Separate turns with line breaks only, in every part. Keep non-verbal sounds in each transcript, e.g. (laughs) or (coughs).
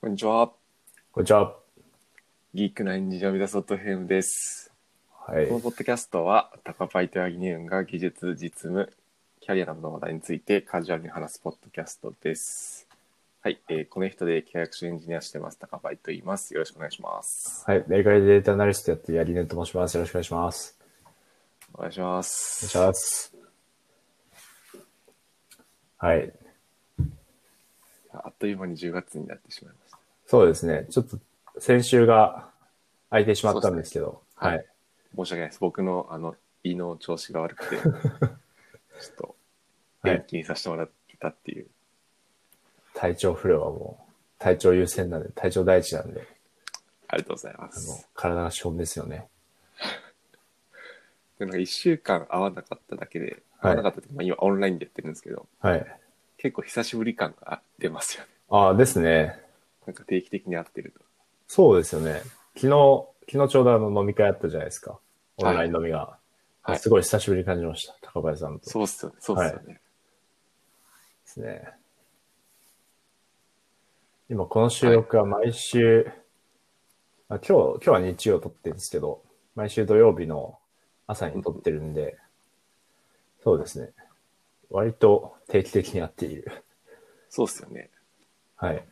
こんにちは。
こんにちは。
ギークな日常ビダソットヘムです。
はい
この。ポッドキャストは、タカパイとヤギニューンが技術、実務、キャリアなどの話題についてカジュアルに話すポッドキャストです。はい、えー、この人で機械学習エンジニアしてます、タカパイと言います。よろしくお願いします。
はい。メーカーデータアナリストやってるやりねと申します。よろしくお願いします。
お願いしま
お願い
す。
します。はい。
あっという間に10月になってしまいました。
そうですね。ちょっと、先週が空いてしまったんですけど、
そうですね
はい、
は申し訳ないです。僕の、あの、胃の調子が悪
(laughs)
くて、ちょっと、
はい
延期にさせてもらったっていう。
体調不良はもう、体調優先なんで、体調第一なんで、
ありがとうございま
あの
す。、
体が資本ですよね。
でなんか1週間会わなかっただけで、
はい
会わなかったって、まあ、今オンラインでやってるんですけど、
はい。
結構久しぶり感が出ますよね。
ああ、ですね。
なんか定期的に会ってると。
そうですよね。昨日、昨日ちょうどあの飲み会あったじゃないですか。オンライン飲みが。
はい
すごい久しぶりに感じました。高林さんと。
そうっすよね。そうっすよね。
ですね。今、この収録は毎週、あ、今日、今日は日曜撮ってるんですけど、毎週土曜日の朝に撮ってるんで、そうですね。割と定期的にやっている。
そうっすよね。
はい。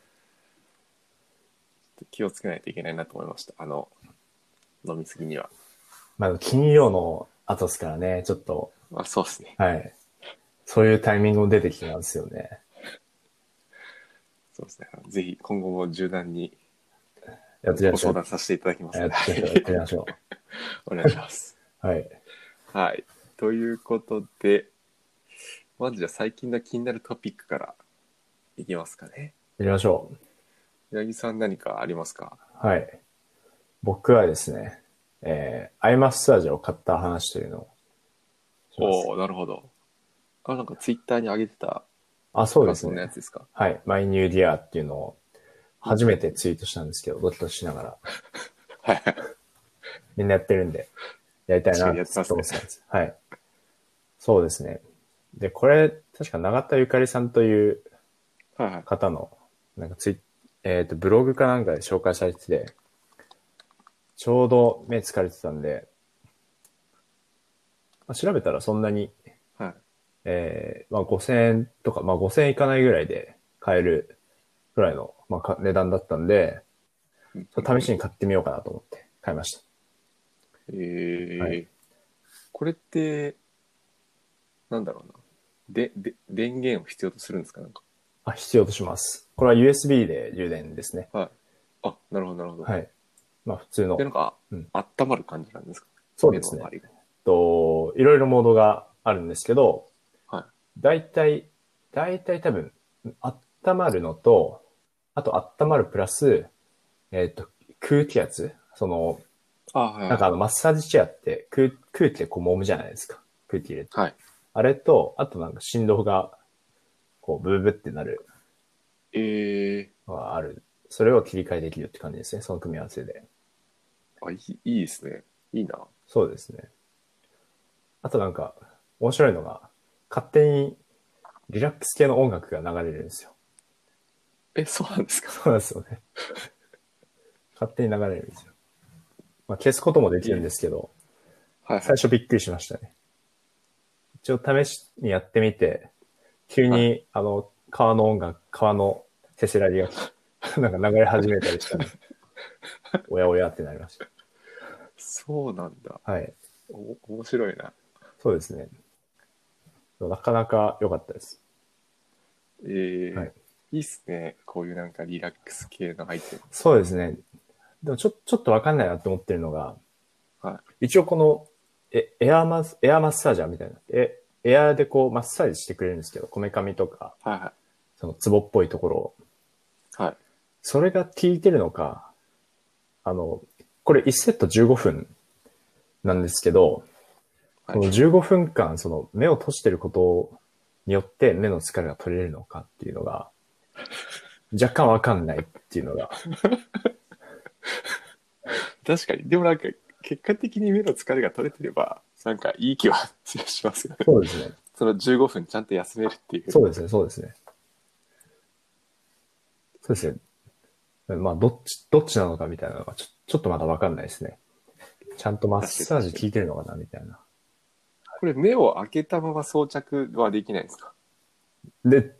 気をつけないといけないなと思いました。あの、飲みすぎには。
まあ、金曜の後ですからね、ちょっと、
まあ、そうっすね。
はい。そういうタイミングも出てきてたんですよね。
そうっすね。あのぜひ今後も柔軟に
やって
ご
みましょ
相
う。
談させていただきます。
やってみましょう。やってみましょ
お願いします。
う。はい。
はい。ということで、まずじゃあ最近の気になるトピックからいきますかね。
やりましょう。
八木さん何かありますか
はい。僕はですね、えー、アイマッサージを買った話というのをします
おおーなるほど。あ、なんかツイッターに上げてた
あ、そうです
そんなや
ね。
つですか
はい。マイニューディアっていうのを初めてツイートしたんですけど、ドキドキしながら。
はいはい。
みんなやってるんで、やりたいな
確かにやってますね
と思ってたんです。はい。そうですね。で、これ、確か永田ゆかりさんという
はいはい。
方の、なんかツイえっ、と、ブログかなんかで紹介されてて、ちょうど目疲れてたんで、まあ、調べたらそんなに、
はい。
えーまあ5000円とか、まあ5000円いかないぐらいで買えるぐらいの、まあか、値段だったんで、ちょっと試しに買ってみようかなと思って買いました。
えー
はい
これって、なんだろうな。で、で、電源を必要とするんですかなんか。
あ、必要とします。これは USB で充電ですね。
はい。あ、なるほど、なるほど。
はい。まあ普通の
で、、なんか、
うん
あ温まる感じなんですか
そうですね
目の。周りが
えっと、いろいろモードがあるんですけど、
は
大体、大体多分、温まるのと、あと温まるプラス、えっ、と、空気圧その、
あ、はい。
なんかあの、マッサージチェアって空空気でこう揉むじゃないですか。空気入れて。
はい。
あれと、あとなんか振動が、こう、ブーブーってなる
え
のがある。それを切り替えできるって感じですね。その組み合わせで。
ー、あ、いい、いいですね。いいな。
そうですね。あとなんか、面白いのが、勝手にリラックス系の音楽が流れるんですよ。 (laughs)
え、そうなんですか
そうなんですよね。 (laughs) 勝手に流れるんですよ。まあ、消すこともできるんですけど、
はいはい
最。初びっくりしましたね。一応試しにやってみて、急に、
は
あの、川の音楽、川のせせらぎが、 (laughs) なんか流れ始めたりしたんで、おやおやってなりまし
そうなんだ。
た。はい。
お、面白いな。
そうですね。なかなか良かったです。
えー、
はい
い、いっすね。こういうなんかリラックス系のアイテム。
そうですね。でもちょ、ちょっとわかんないなって思ってるのが、
は
一応この、え、エアマス、エアマッサージャーみたいな、え、エアでこうマッサージしてくれるんですけど、こめかみとか、
い。はいは
そのツボっぽいところを。
い。はい。
それが効いてるのか、あの、これ1セット15分なんですけど、
はい
この15分間、その目を閉じてることによって目の疲れが取れるのかっていうのが、若干わかんないっていうのが、
確かに。でもなんか、結果的に目の疲れが取れてれば、なんかいい気はしますよね。 (laughs)
そうですね。
その15分ちゃんと休めるっていう。
そうですね、そうですね。そうですね。まあ、どっち、どっちなのかみたいなのがちょ、ちょっとまだわかんないですね。ちゃんとマッサージ効いてるのかなみたいな。
これ目を開けたまま装着はできないんですか
で、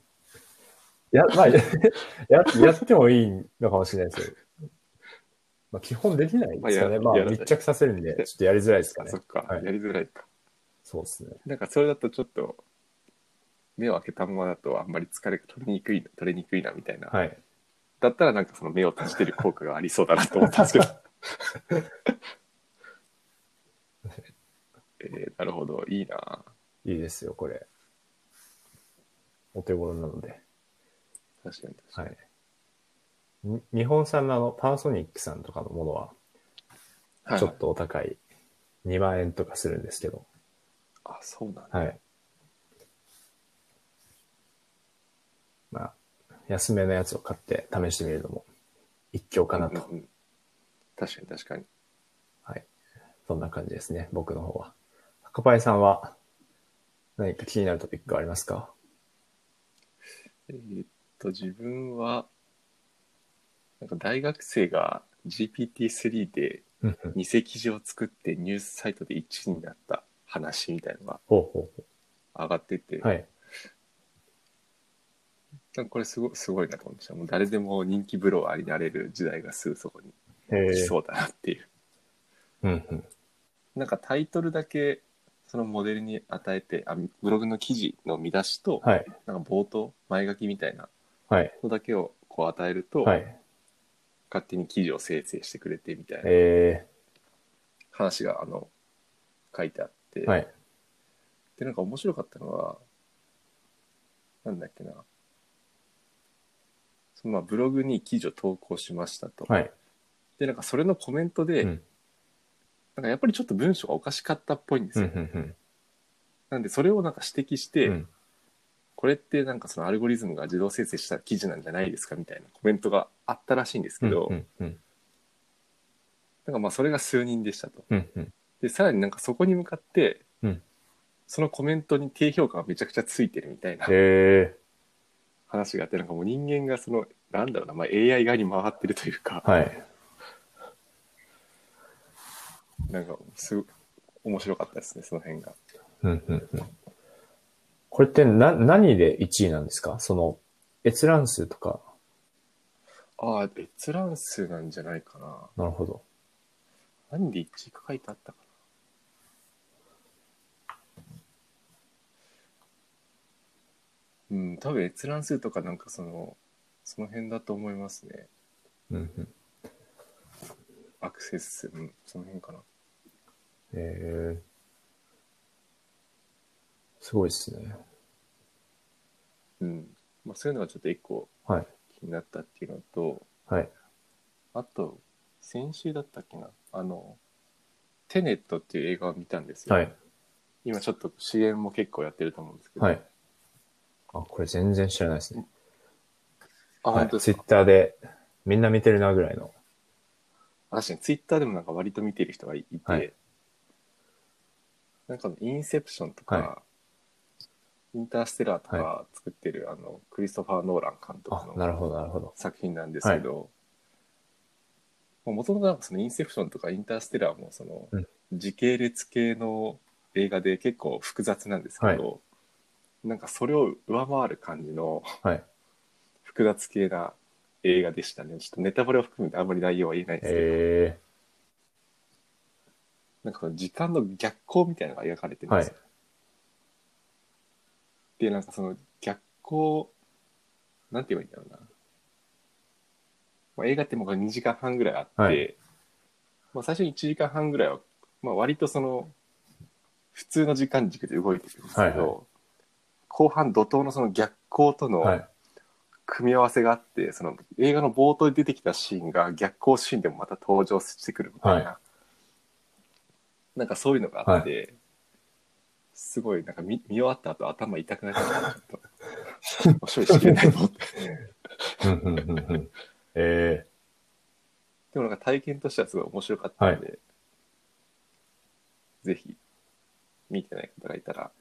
や、まあ、や、 (laughs) やってもいいのかもしれないですよ。まあ、基本できないですよね。
ま
ま
あ
あ、
ややらない
密着させるんで、ちょっとやりづらいですかね
そっ。か、
はい
やりづらいか。
そうですね。
なんかそれだとちょっと、目を開けたままだとあんまり疲れが取れにくい、取れにくいなみたいな。
はい。
だったらなんかその目を閉じてる効果がありそうだなと思ったんです
(laughs)
けど。えーなるほど、いいな。
いいですよ、これ。お手頃なので。
確かに確か
は
に。
い。に日本産のあの、パナソニックさんとかのものは、
はい、
ちょっとお高い、2万円とかするんですけど、
あ、そうなんだ。
はい。まあ、安めのやつを買って試してみるのも一興かなと。
うんうん確かに確かに。
はい。そんな感じですね、僕の方は。高パイさんは何か気になるトピックはありますか
えーっと、自分は、なんか大学生が GPT-3 で
うんうん
偽記事を作ってニュースサイトで1位になった話みたいのが
ほうほうほ
上がってて、
う。はい。
なんかこれすごすごいなと思いました。もう誰でも人気ブロワーになれる時代がすぐそこに
え
来
ー、
そうだなっていう。
うんうん。
なんかタイトルだけそのモデルに与えてあ、ブログの記事の見出しと、
はい。
なんか冒頭、前書きみたいな
はい。
のだけをこう与えると、
はい。
勝手に記事を生成してくれてみたいな
え
話があの書いてあって、
ー、はい。
でなんか面白かったのはなんだっけなそのまあブログに記事を投稿しましたと、
はい。
でなんかそれのコメントで、
うん。
なんかやっぱりちょっと文章がおかしかったっぽいんです
うん。
よ、
うん。
なんでそれをなんか指摘し
う
て、
ん。
これってなんかそのアルゴリズムが自動生成した記事なんじゃないですかみたいなコメントがあったらしいんです
う
け
ん。
ど、
うん。うん。
なんかまあそれが数人でしたと
うん。うん。
でさらになんかそこに向かって、
うん
そのコメントに低評価がめちゃくちゃついてるみたいな
え
話があってなんかもう人間がそのなんだろうな、まあ、AI 側に回ってるというか
ー、はい。
なんかすご面白かったですねその辺が
うんうんうんこれってな、何で1位なんですかその、閲覧数とか。
ああ閲覧数なんじゃないかな
なるほど。
何で1位か書いてあったかなうん多分閲覧数とかなんかそのその辺だと思いますね
うんうん。
アクセス数うんその辺かな
えー、すごいですね。
うんまあ、そういうのがちょっと一個
はい。
気になったっていうのと、
はい。
あと、先週だったっけな、あの、テネットっていう映画を見たんですよ。
はい。
今ちょっと CM も結構やってると思うんですけど、
はい。あ、これ全然知らないですね。
あ、
は
本
い。
当で
ツ
す
イ
か
ッ。ターで、みんな見てるなぐらいの。
確かにツイッターでもなんか割と見てる人がいて、
はい
なんかインセプションとか、
は
インターステラーとか作ってる、あの、クリストファー・ノーラン監督
あ
の、
なるほど、なるほど。
作品なんですけど、もともとなんかそのインセプションとかインターステラーもその
うん
時系列系の映画で結構複雑なんですけど、なんかそれを上回る感じの
はい。
複雑系な映画でしたね。ちょっとネタバレを含めてあんまり内容は言えないんですけど、
え
なんかその時間の逆行みたいなのが描かれて
ー、
るん
は
です
い
よ。。で、なんかその逆光、なんて言えばいいんだろうな。まあ、映画ってもう2時間半ぐらいあって、
はい
まあ、最初に1時間半ぐらいは、まあ、割とその、普通の時間軸で動いてくるんですけど、
はいは
後半怒涛のその逆光と
は
の
い。
組み合わせがあって、その映画の冒頭に出てきたシーンが逆光シーンでもまた登場してくるみたいな、なんかそういうのがあって、すごいなんか見見終わった後頭痛くなっちゃったち
(laughs)
ょっと処理しきれないと思って
うんうんうんうん。え
でもなんか体験としてはすごい面白かったので、ぜひ見てない方がいたら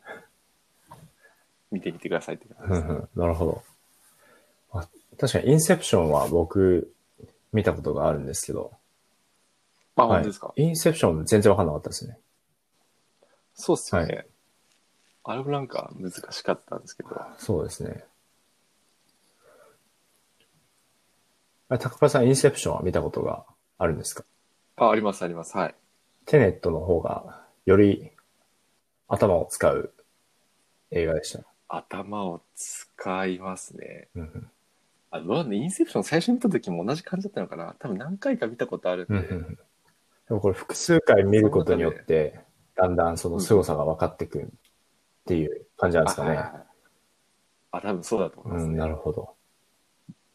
見てみてくださいって
ー、
感
う
じ
ん (laughs)
です、ね
うん。なるほど。あ確かに、インセプションは僕、見たことがあるんですけど。
あ、
は
本
い
当ですか。
インセプション全然わかんなかったですね。
そうっすよね。
は
あれもなんか難しかったんですけど。
そうですね。あ高倉さん、インセプションは見たことがあるんですか
あ、ありますあります。はい。
テネットの方がより頭を使う映画でした。
頭を使いますね。
うんうん
あ、どうなんだインセプション最初見た時も同じ感じだったのかな多分何回か見たことあるん
うんう
で。
んうんでもこれ複数回見ることによって、だんだんその凄さが分かってくるっていう感じなんですか
はい
ね
はい。はいあ、多分そうだと思いうます
ん、
ね。
なるほど。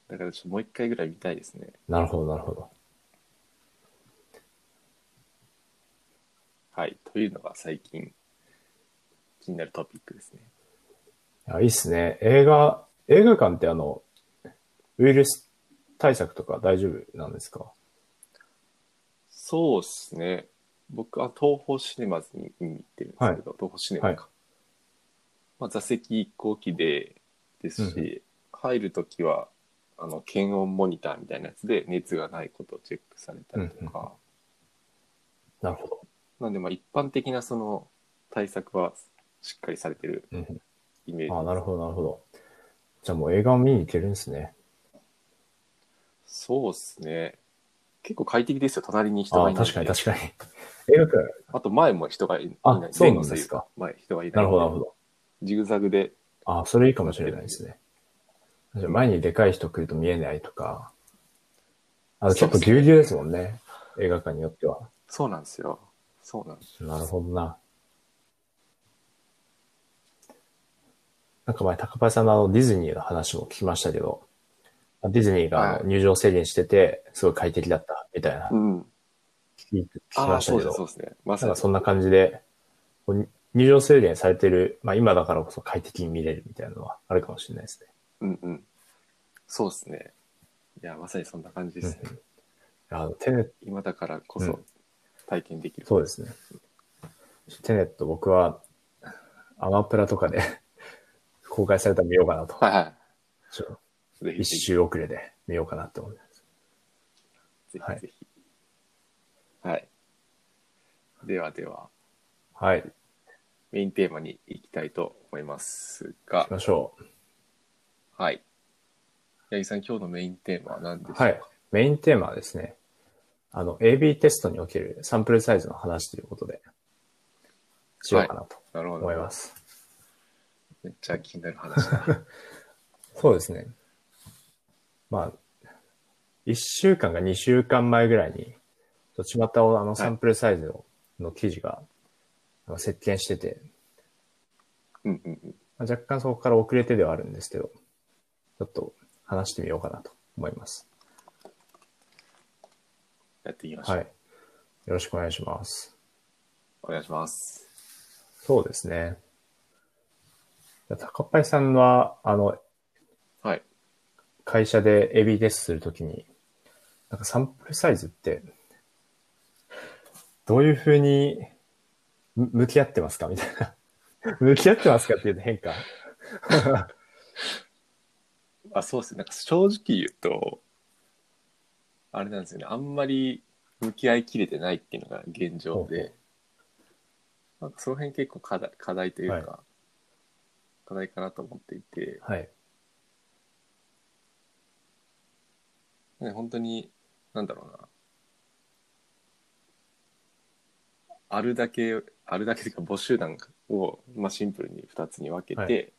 だからちょっともう一回ぐらい見たいですね。
なるほど、なるほど。
はい。というのが最近気になるトピックですね。
いやいいっすね。映画、映画館ってあの、ウイルス対策とか大丈夫なんですか
そうですね。僕は東宝シネマズに見に行ってるんですけど、東宝シネマか。まあ、座席一個機でですし、
う
入るときは、あの、検温モニターみたいなやつで熱がないことをチェックされたりとか、
なるほど。
なんでまあ一般的なその対策はしっかりされてる
うんうん
イメージ。
あなるほど、なるほど。じゃあもう映画を見に行けるんですね。
そうですね。結構快適ですよ、隣に人
あ
が
あ
いないんで。
確かに確かに。映画館。
あと前も人がいない。
あそうなんですか
前後左右が前人がいない。
なるほど、なるほ。ど。
ジグザグで
ああ、それいいかもしれないですね。じゃあ前にでかい人来ると見えないとか。あ結
そう
構
ですね
ぎゅうぎゅうですもんね。映画館によっては。
そうなんですよ。そうなんです。
なるほどな。なんか前、高林さんのあのディズニーの話も聞きましたけど、ディズニーがあ
は
の
い
入場制限してて、すごい快適だったみたいな、
うん。
聞き聞き
あ
ま
あ、
した
そう
け
で
ど
す、、そうですね。ま
な
さ
ん
に
か。そんな感じで、こうに入場制限されてる、まあ今だからこそ快適に見れるみたいなのはあるかもしれないですね。
うんうん。そうですね。いや、まさにそんな感じですね。
うんあのテネ
今だからこそ体験できる。
そうですね。テネット、僕は、アマプラとかで (laughs) 公開されたら見ようかなと。
はいは
ちょ
い。ぜひ
一
ぜひ、
周遅れで見ようかなって思います。
ぜ
はい
ひぜひ。はい。ではでは、
はい、
メインテーマに行きたいと思います
行
が
き、ましょう。
はい。八木さん、今日のメインテーマは何でしょうか、
はい、メインテーマはですね、あの、AB テストにおけるサンプルサイズの話ということで、しようかなと
なるほど。
思います。
めっちゃ気になる話
(laughs)
だ。
そうですね。まあ、1週間か2週間前ぐらいに、ちまたをあのサンプルサイズの,、の記事が、あの席巻してて、
うんうんうん。
まあ若干そこから遅れてではあるんですけど、ちょっと話してみようかなと思います。
やっていきましょう。
はい。よろしくお願いします。
お願いします。
そうですね。じゃあ高っぱいさんは、あの、
はい。
会社で AB テストするときに、なんかサンプルサイズって、どういうふうにむ向き合ってますかみたいな。 (laughs) 向き合ってますかっていうと変か。
あ、そうですね。なんか正直言うと、あれなんですよね。あんまり向き合いきれてないっていうのが現状
ほう
で、なんかその辺結構課題課題というか、
はい
課題かなと思っていて、
はい。
ね、本当に、なんだろうな。あるだけ、あるだけというか、募集団を、まあ、シンプルに2つに分けて、
はい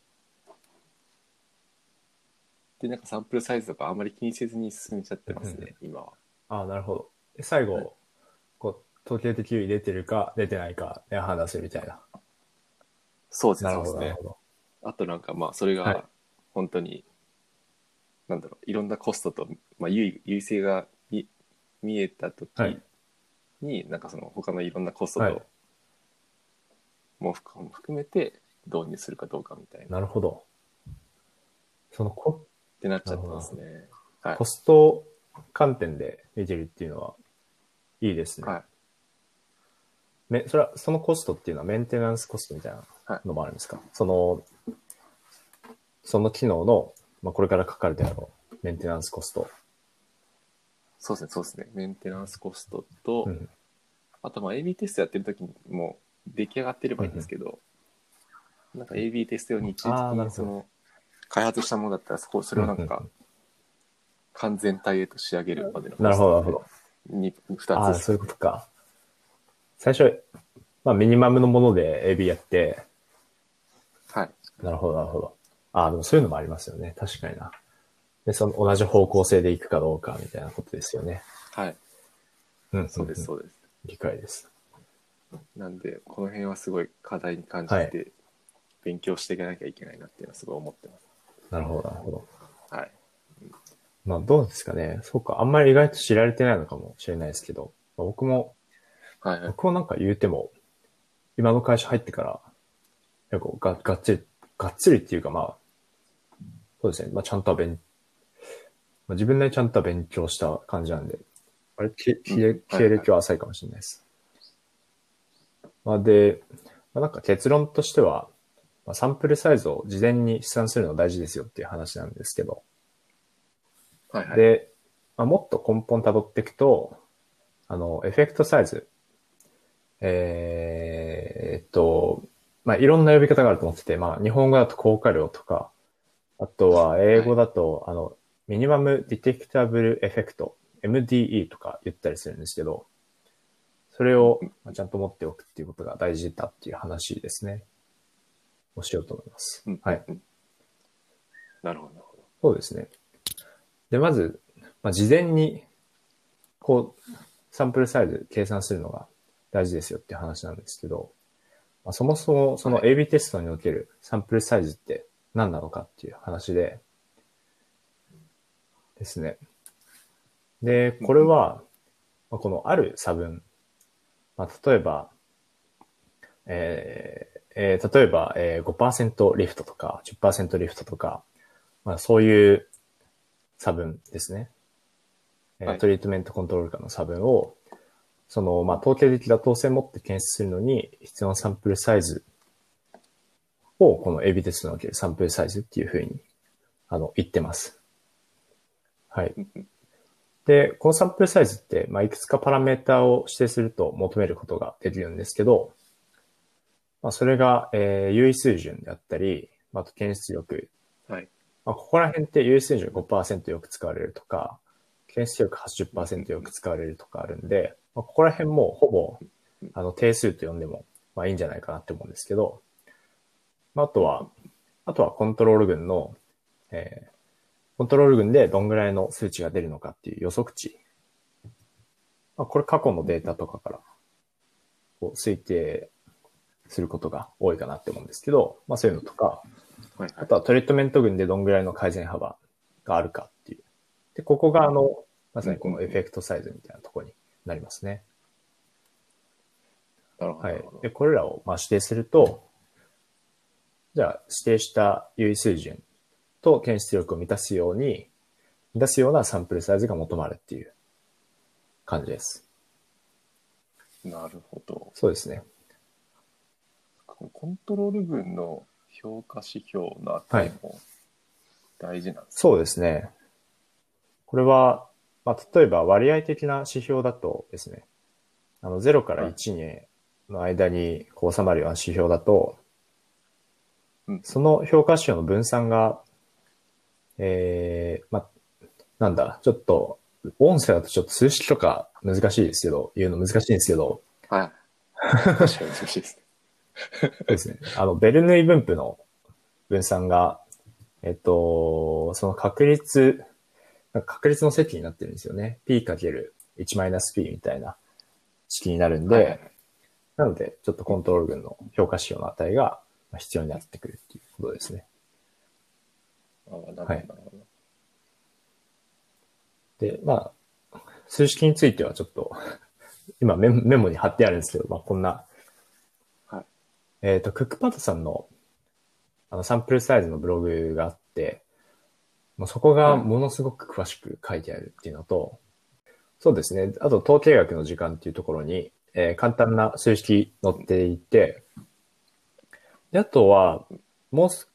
で、なんかサンプルサイズとかあんまり気にせずに進めちゃってますね、今は。
ああ、なるほど。で最後、
はい
こう、統計的優位出てるか出てないかで判断するみたいな。
そうです
な
ね。
る
そう
ほ
です
ど、
ね
なるほど。
あとなんかまあそれ
はい
が本当に、なんだろういろんなコストと、まあ、優位優位性が見見えた時
はい
に、なんかその他のいろんなコスト
はい
とも含含めて導入するかどうかみたいなっ
なるほど。そのコ
てなっちゃってますね。はい
コスト観点で見てるっていうのはいいですね。
はい、
めそれはそのコストっていうのはメンテナンスコストみたいなのもあるんですか、その、その機能の、まあ、これからかかるであろうメンテナンスコスト
そうですね、そうですね。メンテナンスコストと、
うん
あとまあ AB テストやってる時にも出来上がってればいいんですけど、なんか AB テスト用に一時的
あー
に
なるほど
その開発したものだったらそこそれをなん
うん
か完全体へと仕上げるまでの
なるほど、なるほど。
に
あ
2
あ、
つ
そういうことか。最初、まあ、ミニマムのもので AB やって、
はい
なるほど、なるほど。ああ、でもそういうのもありますよね。確かにな。で、その同じ方向性で行くかどうかみたいなことですよね。
はい
うん、
そうです
うん
そうです
理解です。
なんでこの辺はすごい課題に感じて、
はい
勉強していかなきゃいけないなっていうのはすごい思ってま
なるほど、なるほど。
すはい
まあ、どうですかね。そうか。あんまり意外と知られてないのかもしれないですけど、まあ僕も、
はいはい
僕もなんか言うても、今の会社入ってから、結構ががっつり、がっつりっていうかまあ、そうですね。まあ、ちゃんとは勉、まあ、自分なりにちゃんとは勉強した感じなんで、あれ、け
う
経
ん
経歴は浅いかもしれないです。まあ、で、まあ、なんか結論としては、まあ、サンプルサイズを事前に試算するのが大事ですよっていう話なんですけど、
はいはい
で、まあ、もっと根本辿っていくと、あの、エフェクトサイズ。えーっと、まあ、いろんな呼び方があると思ってて、まあ、日本語だと効果量とか、あとは英語だと、あの、ミニマムディテクタブルエフェクト、MDE とか言ったりするんですけど、それをまあちゃんと持っておくっていうことが大事だっていう話ですね。をしようと思います。
うん
はい。
うんなるほどなるほど
そうですね。で、まず、まあ、事前に、こう、サンプルサイズ計算するのが大事ですよっていう話なんですけど、まあ、そもそもその AB テストにおけるサンプルサイズって何なのかっていう話で、ですね。で、これは、まあ、このある差分、まあ、例えば、えーえー例えば、えー、5%リフトとか10%リフトとか、まあ、そういう差分ですね。えー
はい
トリートメントコントロール下の差分を、その、まあ、統計的妥当性を持って検出するのに必要なサンプルサイズを、この AB テストにおけるサンプルサイズっていうふうに、あの、言ってます。はい。で、このサンプルサイズって、まあ、いくつかパラメーターを指定すると求めることができるんですけど、まあ、それが、えー、有意水準であったり、まあ、あと検出力
はい
まあ、ここら辺って有水準5%よく使われるとか、検出力80%よく使われるとかあるんで、まあ、ここら辺もほぼあの定数と呼んでもまあいいんじゃないかなって思うんですけど、まあ、あとは、あとはコントロール群の、えーコントロール群でどんぐらいの数値が出るのかっていう予測値。まあ、これ過去のデータとかからこう推定することが多いかなって思うんですけど、まあそういうのとか、
はいは
あ
い
とはトリートメント群でどんぐらいの改善幅があるかっていう。で、ここがあの、まさにこのエフェクトサイズみたいなところになりますね。
なるほど
は
ないるほ。ど
で、これらをまあ指定すると、じゃあ指定した有意水準と検出力を満たすように、満たすようなサンプルサイズが求まるっていう感じです。
なるほど
そうですね。
このコントロール群の評価指標のあたりも大事なんです
そうですね。これは、まあ、例えば割合的な指標だとですね、あの0か
は
ら
い
1にの間にこう収まるような指標だと、
うん
その評価指標の分散が、えー、まあ、なんだ、ちょっと、音声だとちょっと数式とか難しいですけど、言うの難しいんですけど、
はい確かに難しいですね
そうですね。あの、ベルヌイ分布の分散が、えっと、その確率、なんか確率の積になってるんですよね。p×1-p みたいな式になるんで、
はいはい
なので、ちょっとコントロール群の評価指標の値がまあ必要になってくるっていうことですね。
あなるほど、
はい
なるほ
で、まあ、数式についてはちょっと、 (laughs) 今メモメモに貼ってあるんですけど、まあ、こんな、
はい
えっ、と、クックパッドさんの、あの、サンプルサイズのブログがあって、もうそこがものすごく詳しく書いてあるっていうのと、そうですね。あと、統計学の時間っていうところに、えー簡単な数式載っていて、で、あとは、もうす、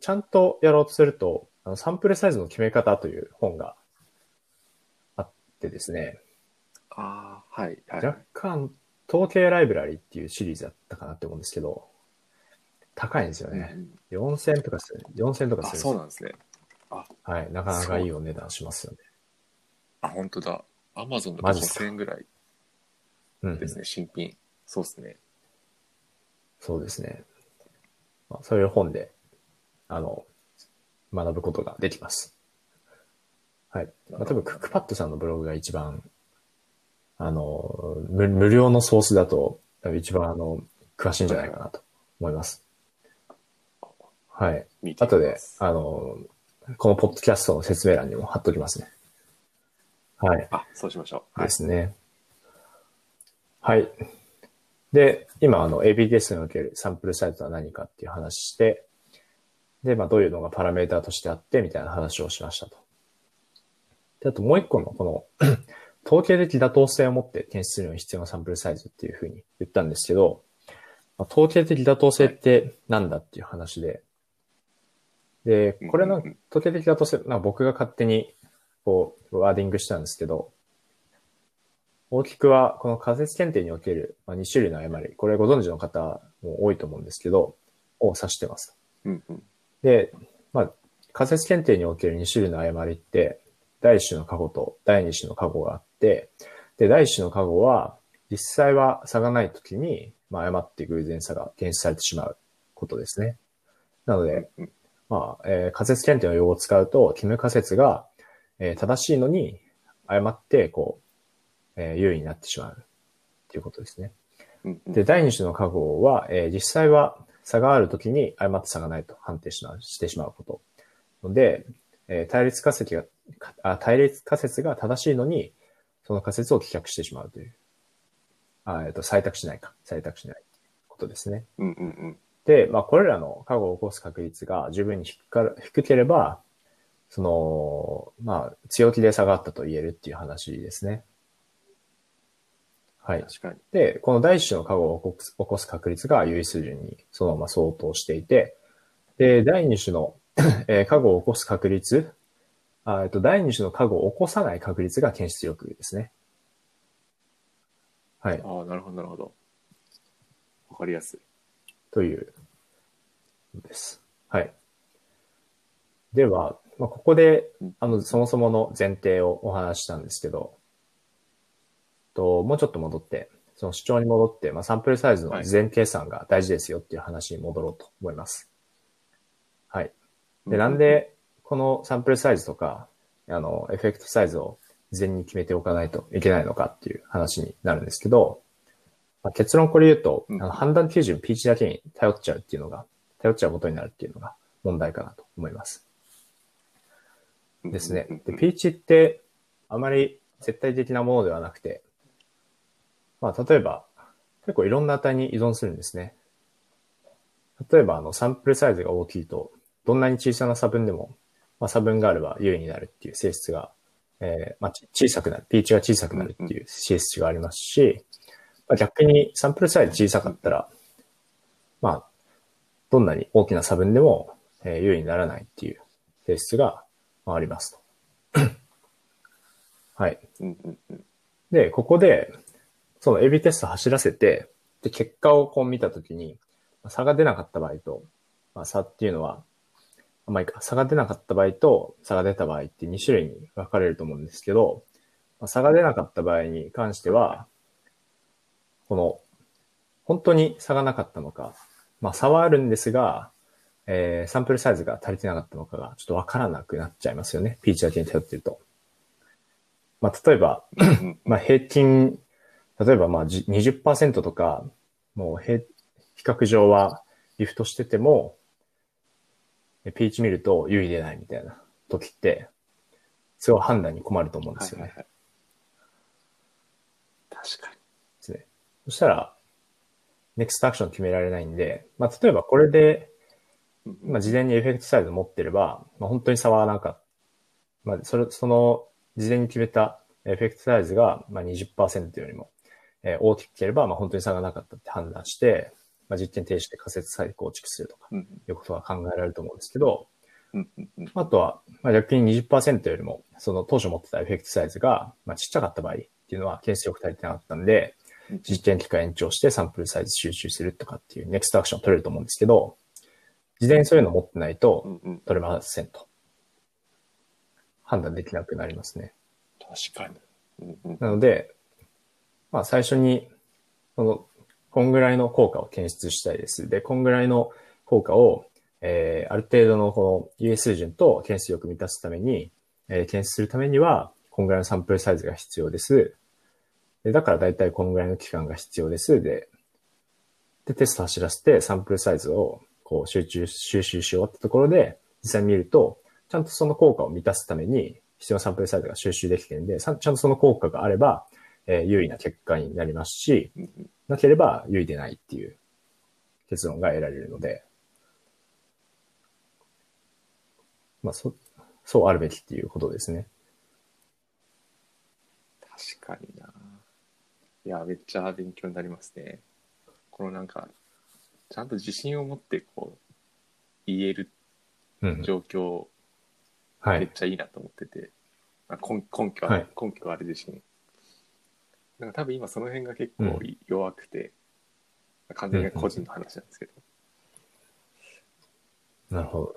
ちゃんとやろうとすると、あのサンプルサイズの決め方という本があっってですね、
ああ、はい、はい。
若干、統計ライブラリっていうシリーズだったかなって思うんですけど、高いんですよね。
うん
4000とかする、4000とか
あ、
する
そうん
で
なんですね。
す。はい。なかなかいいお値段しますよね。
あ、本当だ。アマゾンだと
マジっすか
5000円ぐらい
うん
ですね、新品。そうですね。
そうですね。まあ、そういう本で、あの、学ぶことができます。はい。まあ、多分、クックパッドさんのブログが一番、あの、無無料のソースだと、多分一番、あの、詳しいんじゃないかなと思います。はい。
見てみ
後
ま
で、
す
あの、このポッドキャストの説明欄にも貼っときますね。はい。
あ、そうしましょう。は
で
い。
すね。はい。で、今、あの、AB テストにおけるサンプルサイズとは何かっていう話して、で、まあ、どういうのがパラメーターとしてあって、みたいな話をしましたと。で、あともう一個の、この、 (clears throat) 統計的妥当性を持って検出するのに必要なサンプルサイズっていうふうに言ったんですけど、まあ統計的妥当性ってなんだっていう話で、で、これな
う
ん
んうんう
か、統計的妥当性、なんか僕が勝手に、こう、ワーディングしたんですけど、大きくは、この仮説検定におけるまあ2種類の誤り、これご存知の方も多いと思うんですけど、を指してます。
うんうん。
で、まあ、仮説検定における2種類の誤りって、第1種の過去と第2種の過去があって、で、第1種の過去は、実際は差がないときに、まあ、誤って偶然差が検出されてしまうことですね。なので、
うんうん
まあ、えー仮説検定の用語を使うと、キム仮説が、えー正しいのに、誤って、こう、えー優位になってしまうということですね。
うんうん
で、第二種の覚悟は、えー実際は差があるときに誤って差がないと判定しなしてしまうこと。ので、えー対立仮説がかあ、対立仮説が正しいのに、その仮説を棄却してしまうという。あえっ、と、採択しないか。採択しないことですね。
うんうんうん。
で、まあ、これらの過去を起こす確率が十分に低か低ければ、その、まあ、強気で差があったと言えるっていう話ですね。はい。
確かに。
で、この第一種の過去を起こす起こす確率が有意数順にそのまま相当していて、で、第二種の、えー、過去を起こす確率、あえっと、第二種の過去を起こさない確率が検出力ですね。はい。
ああ、なるほど、なるほど。わかりやすい。
という、です。はい。では、まあ、ここで
うん、
あの、そもそもの前提をお話ししたんですけど、と、もうちょっと戻って、その主張に戻って、まあ、サンプルサイズの事前計算が大事ですよっていう話に戻ろうと思います。はい。で、なんで、このサンプルサイズとか、あの、エフェクトサイズを事前に決めておかないといけないのかっていう話になるんですけど、まあ、結論これ言うと、
うん
あの判断基準 P 値だけに頼っちゃうっていうのが、頼っちゃうことになるっていうのが問題かなと思います。
うん
ですね
うんうん。
で、P 値って、あまり絶対的なものではなくて、まあ、例えば、結構いろんな値に依存するんですね。例えば、あの、サンプルサイズが大きいと、どんなに小さな差分でも、まあ、差分があれば優位になるっていう性質が、えーまあ、ち小さくなる、P 値が小さくなるっていう性質がありますし、まあ、逆にサンプルサイズ小さかったら、まあ、どんなに大きな差分でも、えー優位にならないっていう性質がまあありますと。 (coughs) はい。
うんうんうん。
で、ここで、その AB テスト走らせて、で、結果をこう見たときに、まあ差が出なかった場合と、まあ、差っていうのは、あまり差が出なかった場合と、差が出た場合って2種類に分かれると思うんですけど、まあ、差が出なかった場合に関しては、この、本当に差がなかったのか、まあ、差はあるんですが、えーサンプルサイズが足りてなかったのかが、ちょっと分からなくなっちゃいますよね。ピーチだけに頼ってると。まあ、例えば、
うん
まあ、平均、例えばまあじ20%とか、もう平比較上はリフトしてても、えピーチ見ると優位出ないみたいな時って、すごい判断に困ると思うんで
はい
すよ
はい
ね。
はい。確かに。
ですね。そしたら、ネクストアクション決められないんで、まあ、例えばこれで、
うんうん
まあ、事前にエフェクトサイズ持ってれば、まあ、本当に差はなんか、まあ、それ、その、事前に決めたエフェクトサイズが、まあ、20%よりも、えー大きければ、まあ、本当に差がなかったって判断して、まあ、実験停止で仮説再構築するとか、
うん
いうことが考えられると思うんですけど、
うんうんうん
あとは、まあ、逆に20%よりも、その当初持ってたエフェクトサイズが、まあ、ちっちゃかった場合っていうのは、件数よく足りてなかったんで
うん、
実験期間延長してサンプルサイズ集中するとかっていうネクストアクション取れると思うんですけど、事前にそういうの持ってないと、
うんうん。
取れませんと。判断できなくなりますね。
確かに。うんうん
なので、まあ最初に、その、こんぐらいの効果を検出したいです。で、こんぐらいの効果を、えー、ある程度のこの US 順と検出力を満たすために、えー、検出するためには、こんぐらいのサンプルサイズが必要です。で、だからだいたいこんぐらいの期間が必要です。で、で、テスト走らせてサンプルサイズをこう集中、収集し終わったところで、実際に見ると、ちゃんとその効果を満たすために、必要なサンプルサイズが収集できてるんで、さちゃんとその効果があれば、えー有利な結果になりますし、
うんうん。
なければ有利でないっていう結論が得られるので、まあ、そ、そうあるべきっていうことですね。
確かにな。いや、めっちゃ勉強になりますね。このなんか、ちゃんと自信を持ってこう、言える
うん。
状況、
は
めっ
い。
ちゃいいなと思ってて、あ根根拠は、
はい
根拠はあれ自身。なんか多分今その辺が結構
う
い弱くて、完全に個人の話なんですけど、
なるほど。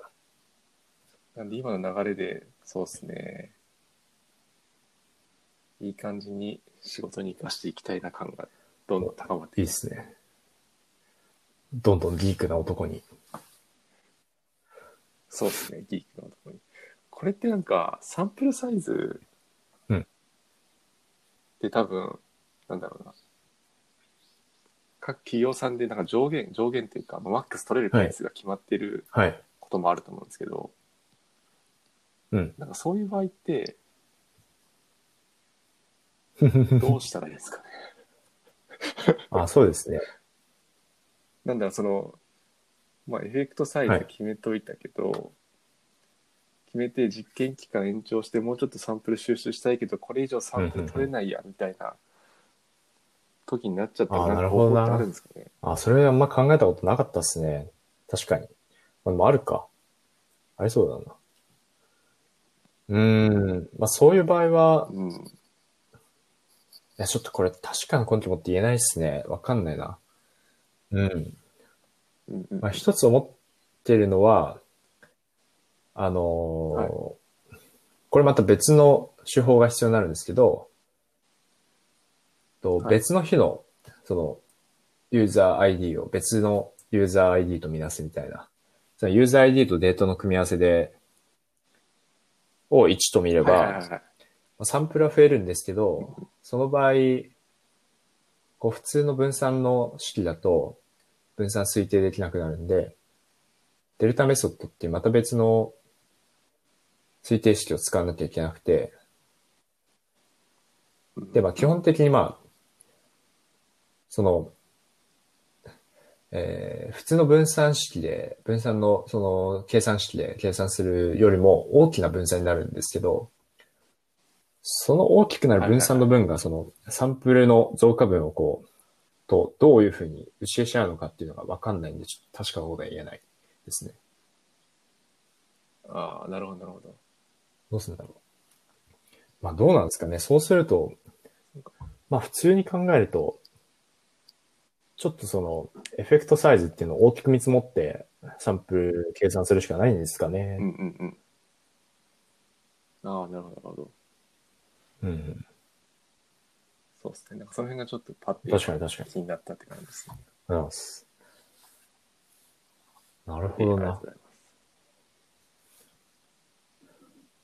なんで今の流れで、そうですね。いい感じに仕事に生かしていきたいな感がどんどん高まって
いい
い
で
ます
すね。どんどんギークな男に。
そうですね、ギークのとこに。これってなんか、サンプルサイズ
うん
で多分、なんだろうな。各企業さんでなんか上限、上限というか、まあマックス取れる回数が決まってる
はい。 (laughs)
こともあると思うんですけど、
うん。
なんかそういう場合って、どうしたらいいですかね。
あ、そうですね。
なんだろう、その、まあ、エフェクトサイ
は
ズ
い
決めといたけど、決めて実験期間延長して、もうちょっとサンプル収集したいけど、これ以上サンプル取れないや、みたいな時になっちゃった
あー
ら、
な
なん
る
か
ほ
方
ど
法
な
ってあるんですかね。
あ、それあんま考えたことなかったですね。確かに。まあ、でもあるか。ありそうだな。うーん。まあそういう場合は、
うん。
いや、ちょっとこれ確かな根拠持って言えないですね。わかんないな。うん。
うんうん
まあ一つ思ってるのは、あのー
はい
これまた別の手法が必要になるんですけど、と
はい
別の日の、その、ユーザー ID を別のユーザー ID とみなすみたいな。そのユーザー ID とデータの組み合わせで、を1と見れば、
はいはいはいはい
まあサンプルは増えるんですけど、その場合、こう普通の分散の式だと分散推定できなくなるんで、デルタメソッドってまた別の推定式を使わなきゃいけなくて、
うん
で、まあ基本的にまあ、その、えー普通の分散式で、分散のその計算式で計算するよりも大きな分散になるんですけど、その大きくなる分散の分がそのサンプルの増加分をこう、とどういうふうに打ち消し合うのかっていうのがわかんないんで、ちょっと確かなことは言えないですね。
ああ、なるほど、なるほど。
どうするんだろう。まあどうなんですかね。そうすると、まあ普通に考えると、ちょっとそのエフェクトサイズっていうのを大きく見積もってサンプル計算するしかないんですか
うんう
ね。
んうん。ああ、なるほど、なるほど。
うん。
そうですね。なんかその辺がちょっとパッ
確かに確かに。
気になったって感じですね。
ありがとうございます。なる
えー
ほ
あ
ど
りが
な
とうご。ざいま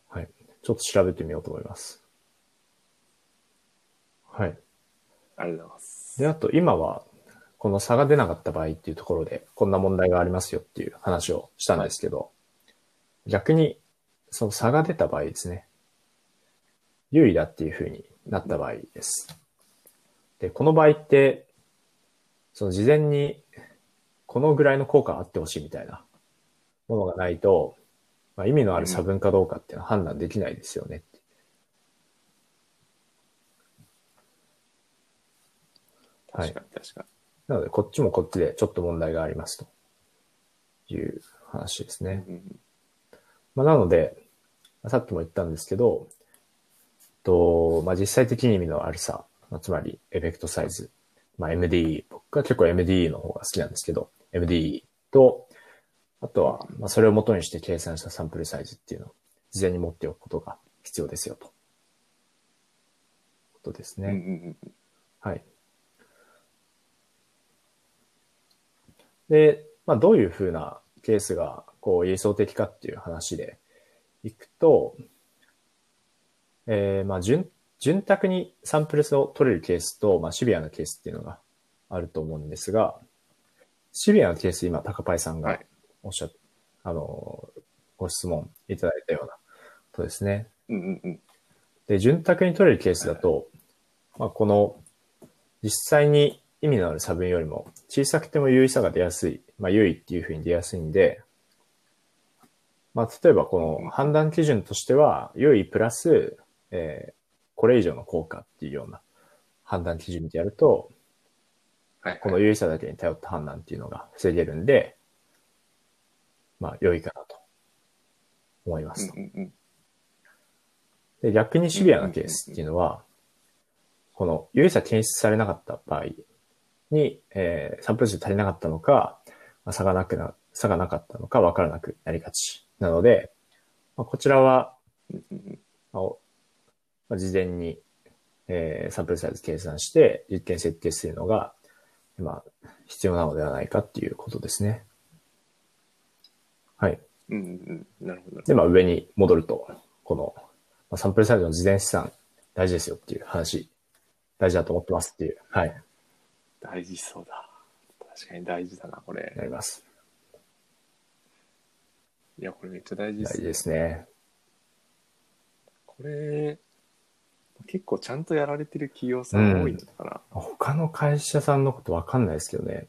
す。
はい。ちょっと調べてみようと思います。はい。
ありがとうございます。
で、あと今は、この差が出なかった場合っていうところで、こんな問題がありますよっていう話をしたんですけど、逆に、その差が出た場合ですね。有利だっていうふうになった場合です。で、この場合って、その事前に、このぐらいの効果あってほしいみたいなものがないと、まあ、意味のある差分かどうかっていうのは判断できないですよねってはい
確かに、確かに。
なので、こっちもこっちでちょっと問題がありますという話ですね。
うんうん
まあ、なので、まあさっきも言ったんですけど、とまあ、実際的に意味のあるさ、まあつまりエフェクトサイズ、まあ、MDE、僕は結構 MDE の方が好きなんですけど、MDE と、あとは、まあ、それを元にして計算したサンプルサイズっていうのを事前に持っておくことが必要ですよと。ことですね。
うんうんうん
はい。で、まあ、どういうふうなケースが、こう、理想的かっていう話でいくと、えーまあ、潤潤沢にサンプルスを取れるケースと、まあ、シビアなケースっていうのがあると思うんですが、シビアなケース、今、高パイさん
は
が
い
おっしゃっ、あの、ご質問いただいたようなことですね。
うんうんうん
で、潤沢に取れるケースだと、まあ、この、実際に意味のある差分よりも、小さくても優位さが出やすい、まあ、優位っていうふうに出やすいんで、まあ、例えばこ
うん
の判断基準としては、優位プラス、えーこれ以上の効果っていうような判断基準でやると、
はいはい
この優位さだけに頼った判断っていうのが防げるんで、まあ、良いかなと思いますと。
うんうんうん
で、逆にシビアなケースっていうのは、この、有意差検出されなかった場合に、えーサンプル数足りなかったのか、まあ差がなくな、差がなかったのか分からなくなりがちなので、まあ、こちらは、
うんうんうん
まあおまあ事前に、えーサンプルサイズ計算して、実験設定するのが、まあ、必要なのではないかっていうことですね。はい。
うんうんうんなるほどなる
で、まあ上に戻ると、この、まあ、サンプルサイズの事前資産大事ですよっていう話、大事だと思ってますっていう、はい、
ほど大事そうだ確かに大事だなこれ
なります。
いやこれめっちゃ大事で
大
す
事
ね
ですね。
これ結構ちゃんとやられてる企業さん多いのかな、
他の会社さんのことわかんないですけどね。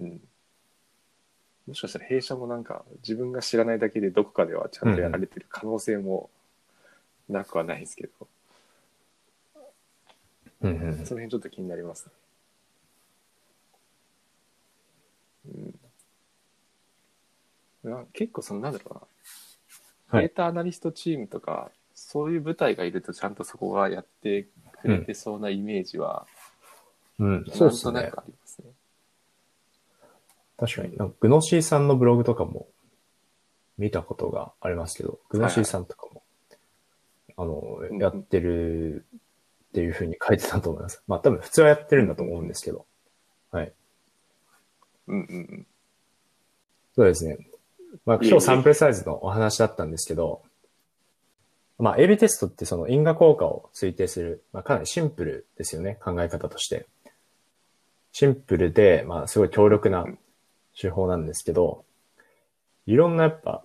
うんもしかしたら弊社もなんか自分が知らないだけでどこかではちゃんとやられてる可能性もなくはないですけど、
うんうん
その辺ちょっと気になりますね。うん、な結構そのなんだろうな、
はい
データアナリストチームとかそういう部隊がいるとちゃんとそこがやってくれてそうなイメージは
うん。うん、そ
な
うんです
とな
ね
く。ありますね。
確かに。なんかグノシーさんのブログとかも見たことがありますけど、グノシーさんとかも、
うん
あ
うん
の、やってるっていうふうに書いてたと思います。まあ多分普通はやってるんだと思うんですけど。はい。
うんうんうん。
そうですね。まあ、
えいえ
今日サンプルサイズのお話だったんですけど、まあ、AB テストってその因果効果を推定する、まあ、かなりシンプルですよね、考え方として。シンプルで、まあ、すごい強力な手法なんですけど、いろんなやっぱ、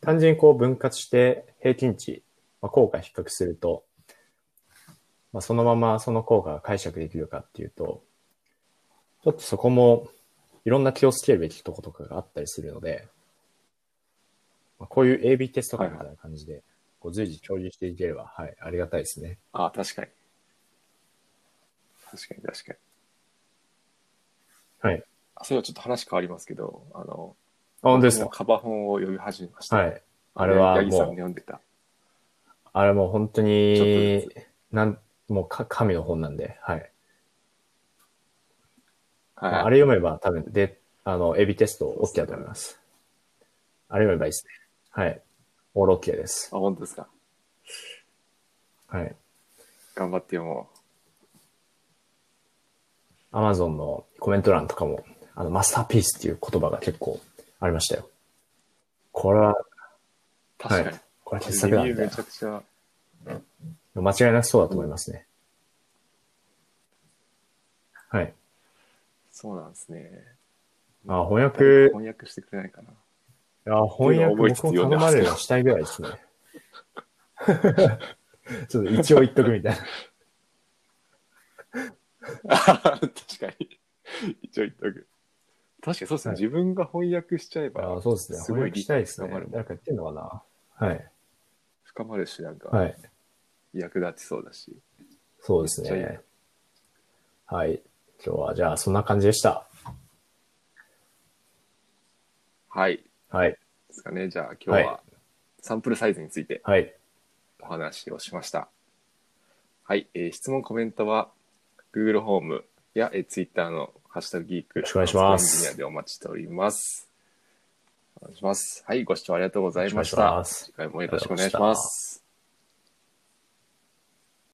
単純にこう分割して平均値、まあ、効果比較すると、まあ、そのままその効果が解釈できるかっていうと、ちょっとそこもいろんな気をつけるべきとことかがあったりするので、まあ、こういう AB テスト会みたいな感じで、こう随時共有していければ、はい、ありがたいですね。
ああ、確かに。確かに確かに。
はい。
あそれはちょっと話変わりますけど、あの、
あ、本当ですか
カバ本を読み始めました。
はい。あれは
ヤギさん
もう
読んでた。
あれもう本当
ちょっ
に
と、
なん、もうか神の本なんで、はい。
はい。
あれ読めば多分、で、あの、エビテスト OK だと思います。あれ読めばいいですね。はい。オール OK です
あ、。本当ですか。
はい。
頑張って読も
Amazon のコメント欄とかも、あの、マスターピースっていう言葉が結構ありましたよ。これは、
う。確か
は
に
い。これは傑作だ
レビュ
みた
ー
い
めちゃくちゃ、
な。間違いなくそうだと思いますね。はい。
そうなんですね。
あ、翻訳、
翻訳してくれないかな。 (laughs)
いや、翻訳
思いつつ
僕も
読んで
頼
ま
ますれるようにしたいぐらいです
(laughs)
ね。ちょっと一応言っとくみたいな。
あはは確かに。一応言っとく。確かにそうですね。
はい
自分が翻訳しちゃえば
あそうですね。
すご
翻
い
訳したいですね。
理解が深まる
誰か言ってんのかなはい。
深まるし、なんか
はい。
役立ちそうだし。
そうです
めっちゃいい
ね。はい。今日はじゃあそんな感じでした。
はい。で
はい。
すかね。じゃあ今日
は
はサンプルサイズについて
はい。
お話をしました。はい。えー質問、コメントは Google ホームや、えー、Twitter のハッシュタグギーク。よ
ろしくお願いします
エンジニアでお待ちしております。お願いします。はい。ご視聴ありがとうございまし。
お願いしたます
次回もよろしくお願いします。